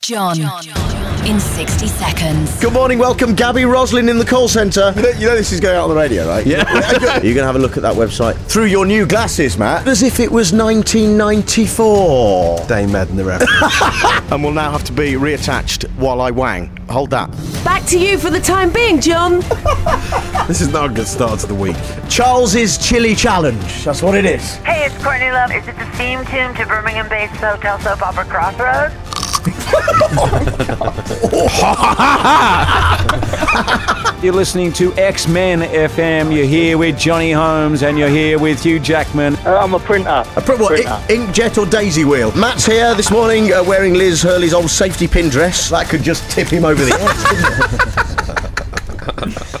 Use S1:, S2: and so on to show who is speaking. S1: John, in 60 seconds.
S2: Good morning, welcome Gabby Roslin in the call centre.
S3: You know, you know this is going out on the radio, right?
S2: Are you going to have a look at that website?
S3: Through your new glasses, Matt.
S2: As if it was 1994.
S4: Dame Madden the rapper.
S3: And will now have to be reattached while I wang. Hold that.
S5: Back to you for the time being, John.
S4: this is not a good start to the week.
S2: Charles's Chili Challenge. That's what it is.
S6: Hey, it's Courtney Love. Is it the theme tune to Birmingham-based hotel soap opera Crossroads?
S7: You're listening to X Men FM. You're here with Johnny Holmes and you're here with Hugh Jackman.
S8: I'm a printer.
S2: A pro- what,
S8: Printer.
S2: ink- inkjet or daisy wheel? Matt's here this morning uh, wearing Liz Hurley's old safety pin dress. That could just tip him over the edge.